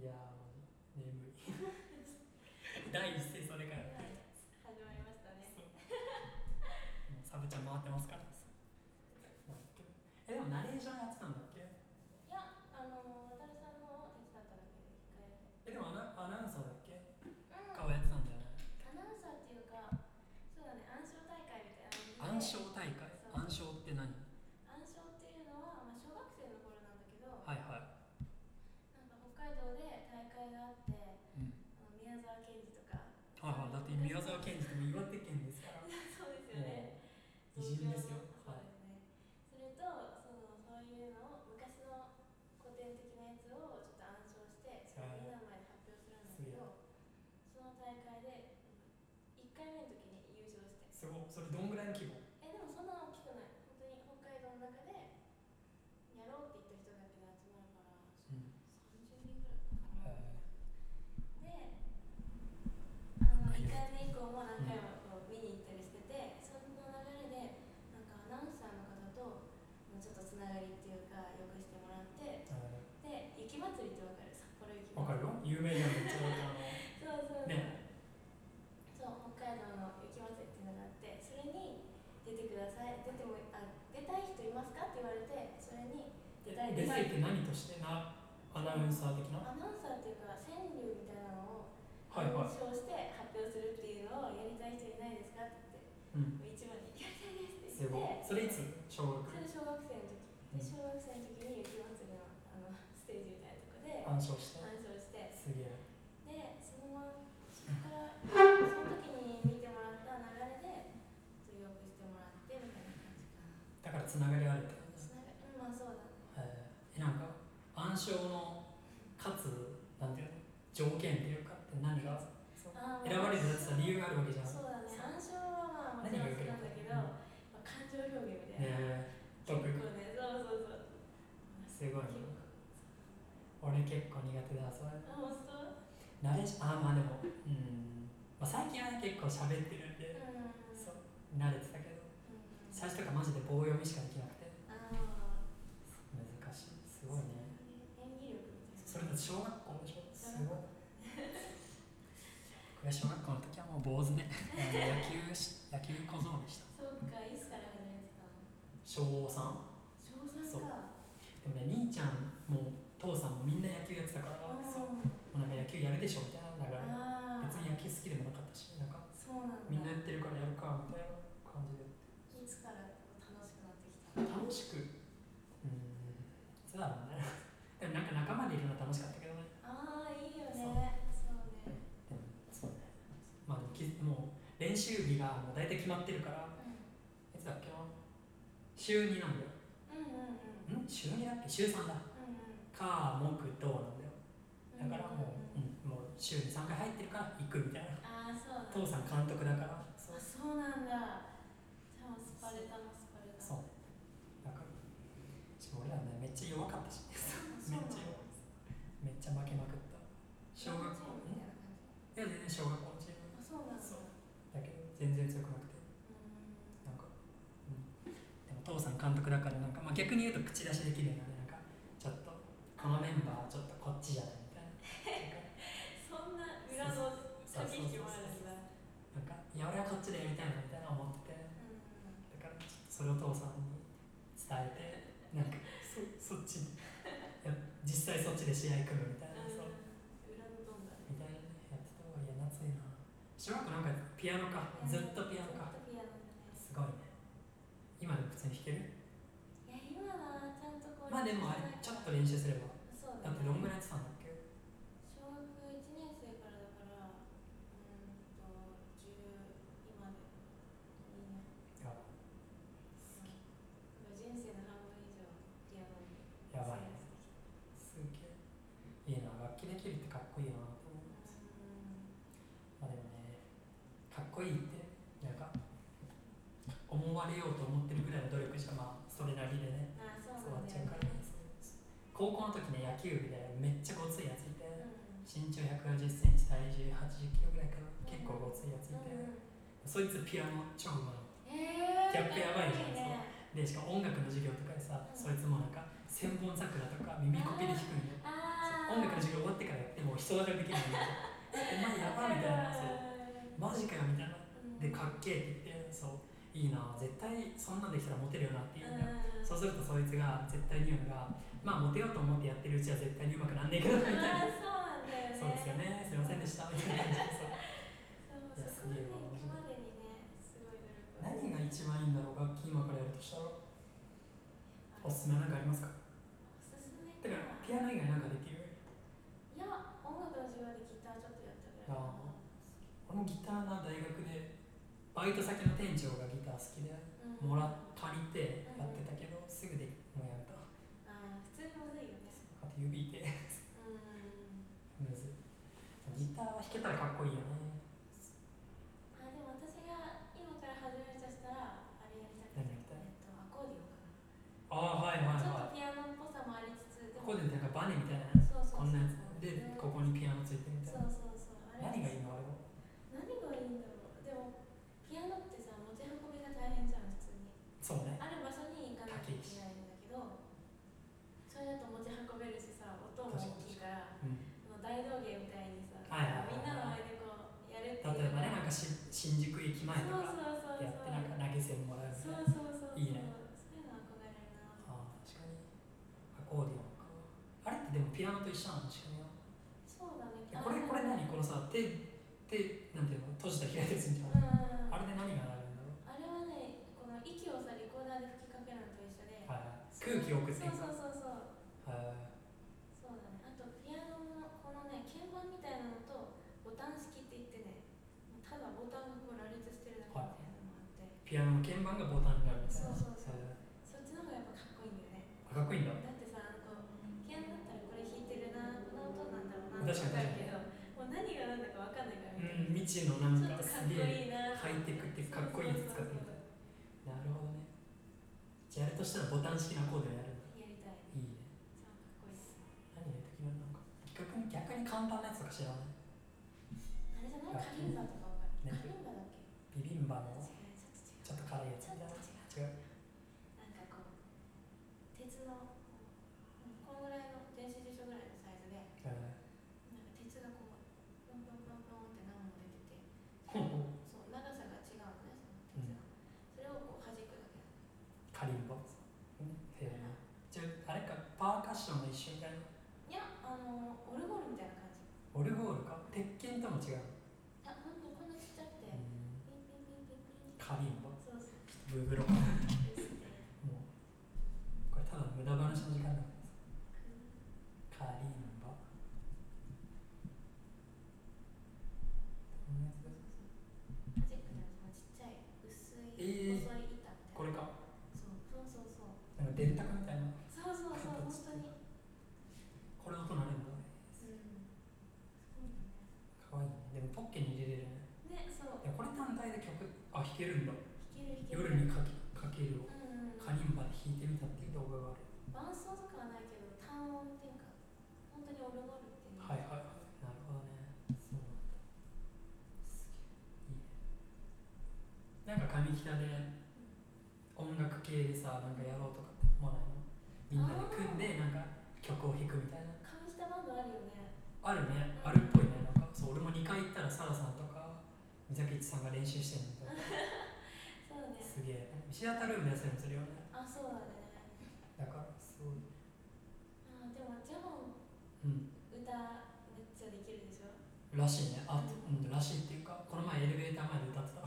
いやー眠い 第一声それからも始まりましたね。うサブちゃん回ってますからえでもナレーションやってたんだっけいや、あのー、渡るさんの手伝っただけで一回だけ。えでもアナアナウンサーだっけうん。顔やってたんだよねアナウンサーっていうか、そうだね、暗唱大会みたい暗なので。唱大会暗唱って何暗唱っていうのは、まあ、小学生の頃なんだけど、はいはなんか北海道で大会があって、あい、うん、の宮沢賢治とか。はいはいだって宮沢賢治っても岩手県ですからそうですよね。もう偉人ですよそうはですね。それと、その、そういうのを、昔の古典的なやつをちょっと暗唱して、それをみんなの前で発表するんだけど、その大会で、1回目の時に優勝して、いすごいそれどんぐらいの規模え、でもそんな大きくない。本当に北海道の中で、やろうって言った人だけで集まるから、うん30人ぐらいかな。へえで、あの1回目以降も何回もこう見に行ったりしてて、その流れでなんかアナウンサーの方ともうちょっとつながりっていうかよくしてもらってで雪まつりってわかる札幌雪わかまつるりよ有名じゃんめっちゃそうそうそう、ねそう北海道の雪まつりっていうのがあってそれに出てください出てもあ出たい人いますかって言われてそれに出たい出ですたいって何としてなアナウンサー的なアナウンサーっていうか川柳みたいなのをはいはい表彰して発表するっていうのをやりたい人いないですかって言っうんて一番に「やりたいです」すって言ごいってそれいつ小学それで小学生の時うんで小学生の時に雪まつりのあのステージみたいなとこで暗唱して鑑賞してすげえでそのままそこからその時に見てもらった流れでちょっとよくしてもらってみたいなだから感じかなつながりあるって感じですつながうんまあそうだねえーなんか暗唱のかつなんていうの条件っていうかって何がそうあー選ばれるやつは理由があるわけじゃんそうだね暗唱はまあも何ちろが良ん好けきればうなんだけど、んまあ、感情表現みたいな、ね特結構にねそうそうすそうごいな結構俺結構苦手だそれあ本当慣れしあーまあでもうん、まあ、最近はね結構喋ってるんうんでうんそう慣れてたけどうん最初とかマジで棒読みしかできなくてああ難しいすごいね演技力みたいなそれだって小学校でしょすごい僕が小学校の時はもう坊主ねあの野球し野球小僧でしたそうかいつから始めてたの小3小三そうかでもね兄ちゃんも父さんもみんな野球やってたからそうもうなんか野球やるでしょみたいなだからああ別に野球好きでもなかったしなんかそうなんだみんなやってるからやるかみたいな感じでいつから楽しくなってきたの楽しくうんそうだろうねでもなんか仲間でいるのは楽しかったけどねああいいよねそそううでねもそうねまあでもきもう練習日がもう大体決まってるからいつだっけな週2なんだようんうんんうんうん週2だっけ週3だうんか木土なんだようんだからもう,、んんうん、もう週に3回入ってるから行くみたいなああそうなんだ父さん監督だからそうあそうなんだじゃあもうスパルタもスパルタそうだからしかも俺らねめっちゃ弱かったしあめそうっなんだちゃ弱いめっちゃ負けまくった小学校チームみんいたいなや全然感じ小学校のチームあそうなんだそううだけど全然強くなくてんなんか、うん、でも父さん監督だからなんか、まあ、逆に言うと口出しできるよねなんかちょっとこのメンバーちょっとこっちじゃないみたいなそんな裏のそう駆け引きもあるんだなんかいや俺はこっちでやりたいなみたいな思っててだうからちょっとそれを父さんに伝えてなんかそそっちにいや実際そっちで試合組むみたいな、んそう裏のドンだねみたいなねやってた方がいや夏いな小学校なんかピアノかずっとピアノかずっとピアノだねすごいね今でも普通に弾けるいや今はちゃんとこうまあでもあれちょっと練習すればそうだだ,、っね、てどんぐらいやってたんだっけ小学1年生からだからうんと10今で2年人生の半分以上ピアノにやばい費やねしてきたすげえいいな楽器できるってかっこいいなと思ううまあでもねかっこいいってなんか思われようと思ってるぐらいの努力しかまあそれなりでねんまあそうそうななっんちだゃようからね高校の時ね野球部でめっちゃごついやついてうん身長1 5 0センチ体重8 0キロぐらいかな結構ごついやついてうんそいつピアノ超うまいギえー、ャップやばいじゃんかっこでねしかも音楽の授業とかでさそいつもなんか千本桜とか耳コピで弾くんよあー音楽の授業終わってからやって想像ができないお前やばいみたいなそうマジかよみたいなでかっけえって言ってそういいな絶対そんなんできたらモテるよなっていうんだよそうするとそいつが絶対に言うのがまあモテようと思ってやってるうちは絶対にうまくなんねえけどみたいなそうですよねすいませんでしたみたいな感じでそう何が一番いいんだろう楽器今からやるとしたらおすすめなんかありますかだからピアノ以外なんかできるいや、音楽の授業でギターちょっとやったぐらいかな。俺もギターな大学でバイト先の店長がギター好きでうんもらっ借りてやってたけどすぐでもうやめたあー普通にむずいよね。あと指でうん。むずいギターは弾けたらかっこいいよねあ、でも私が今から始めるとしたら、あれやりたくて、何やりたいえっと、アコーディオンかな。ああはいはいちょっはとピアノっぽさもありつつ、いでここも、でなんかバネみたいなそうそうそこんう。なやつでここうんにピアノついてみたいなそうそうそう。あれ何がいいのあれは何がいいんだろう。でも、ピアノってさ、持ち運びが大変じゃん、普通に。そうねある場所に行かなきゃいけないんだけど、それだと持ち運べるしさ、音も大きいから。うんその大道芸みたいにさ、はいはいはいみんなの前でこうやるっていう例えばねなんかし新宿駅前とそかうそうそうそうやってなんか投げ銭もらうみたいそなうそうそうそういいねそういうの憧れるなああ確かにアコーディオンかあれってでもピアノと一緒なの仕組みはそうだねえこれこれ何このさ手手なんていうの閉じた開いたやつみたいなうんああれれで何がなるんだろうあれはねこの息をさリコーダーで吹きかけるのと一緒で、はいはい空気を送っていそうくそうそうそうはいそうだねあとピアノのこのね鍵盤みたいなのとボタン式って言ってねもうただボタンがこう羅列してるだけみたいなのもあって、ピアノの鍵盤がボタンになるみたいなそうそうそうはいそっちの方がやっぱかっこいいんだよねあかっこいいんだだってさ、こうピアノだったらこれ弾いてるな、この音なんだろうな確かにけど、もう何が何だか分かんないかうらんね、ちょっ未知のなんとかかっすこげえいいなハイテクってかっこいいやつ使ってみたいなるほどねじゃあやるとしたらボタン式なコーデをやるんだやりたい。いいね超かっこいいっす何ができるのなんか逆に逆に簡単なやつとか知らないあれじゃないカリンバとか分かる。カリンバだっけビビンバの違う、ちょっと違う。ちょっと辛いやつちょっみたいなと違う。違うなんかこう、鉄の、うんこのぐらいの電子辞書ぐらいのサイズで、なんかうん鉄がこう、ポンポンポンポンって何本 出てて、ほうほうそう長さが違うのね、その鉄が。それをこう弾くだけ。カリンバへえじゃああれかパーカッションの一瞬かないや、あのオルゴールみたいな感じ。オルゴールか鉄拳とも違う、あ、ほんとこんなちっちゃくて。うピンん、ピンピンピンピン。カリンバそうそう。ブーブロもうこれただの無駄話の時間だカリンバこんなやつマジックのそのちっちゃい薄えいー細い板みたいな。これかそうそうそうそう。なんか電卓みたいなそうそうそう本当に。これ音なれるんだうん。すごいよね。かわいいねでもポッケに入れれるねね、そういやこれ単体で曲あ弾けるんだ弾ける弾ける。夜にかけかけるをうんうん。カリンバで弾いてみたっていう動画がある伴奏とかはないけど単音っていうか本当にオルゴールっていう。はいはいはいなるほどねそうなんだすげえいいねなんか上北で音楽系でさなんかやろうとかって思わないのみんなで組んでなんか曲を弾くみたいな上下バンドあるよね。あるねあるっぽいねなんかそう俺も2回行ったらサラさんとか三崎一さんが練習してるのとかそうね。すげえシアタールームでやってるのするよねあ、そうだね。だからすごいあーでもジャボうんン歌めっちゃできるでしょらしいねあ、うん、らしいっていうかこの前エレベーター前で歌 ってた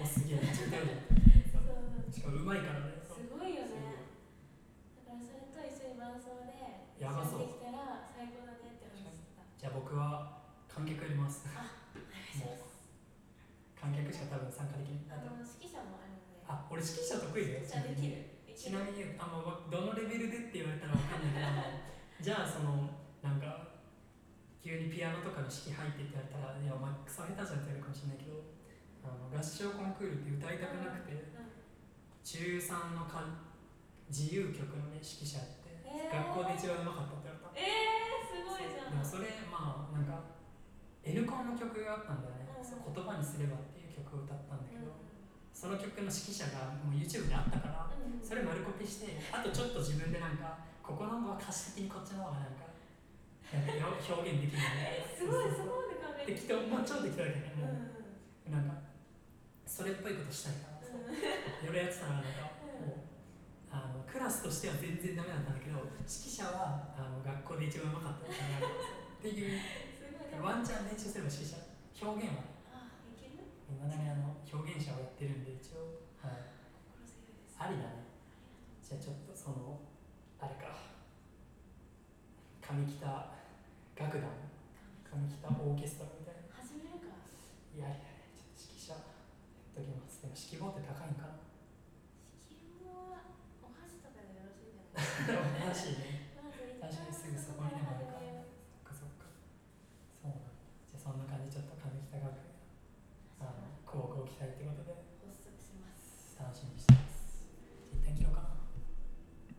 おすげえめっちゃ歌うじゃんそうしかもうまいからねすごいよねだからそれと一緒に伴奏で一やばそう緒にできたら最高だねって話してたじゃあ僕は観客やりますお願いします観客しか多分参加できないああとの指揮者もあるのであ俺指揮者得意だよ指揮者できるでちきなるみにあのわどのレベルでって言われたらわかんないけど あのじゃあそのなんか急にピアノとかの指揮入ってって言われたらいやお前クソ下手じゃんって言われるかもしれないけどあの合唱コンクールって歌いたくなくてうん中3のか自由曲の、ね、指揮者やって、えー学校で一番うまかったって言われたえー、すごいじゃんでもそれまあなんか N コンの曲があったんだよね、うんそう言葉にすればっていう曲を歌ったんだけうんど、その曲の指揮者がもう YouTube であったからうんそれ丸コピしてあとちょっと自分でなんかここの音は歌詞的にこっちの方がなんかなんかよ表現できないえすごいそこまで考えて適当まあ超適当だけどねうんもうんうなんかそれっぽいことしたいからさいろいろやってたらなんかもうあのクラスとしては全然ダメだったんだけど指揮者はあの学校で一番うまかったってなるっていうすごいでもワンチャン練習すれば指揮者表現はあいけるいまだにあの表現者をやってるんで一応、はい、心強いですありだねじゃあちょっとそのあれか上北楽団上北オーケストラみたいな始めるかいやいやちょっと指揮者やっときますでも指揮棒って高いんかな色もはお箸とかでよろしいんじゃないですおかかしいね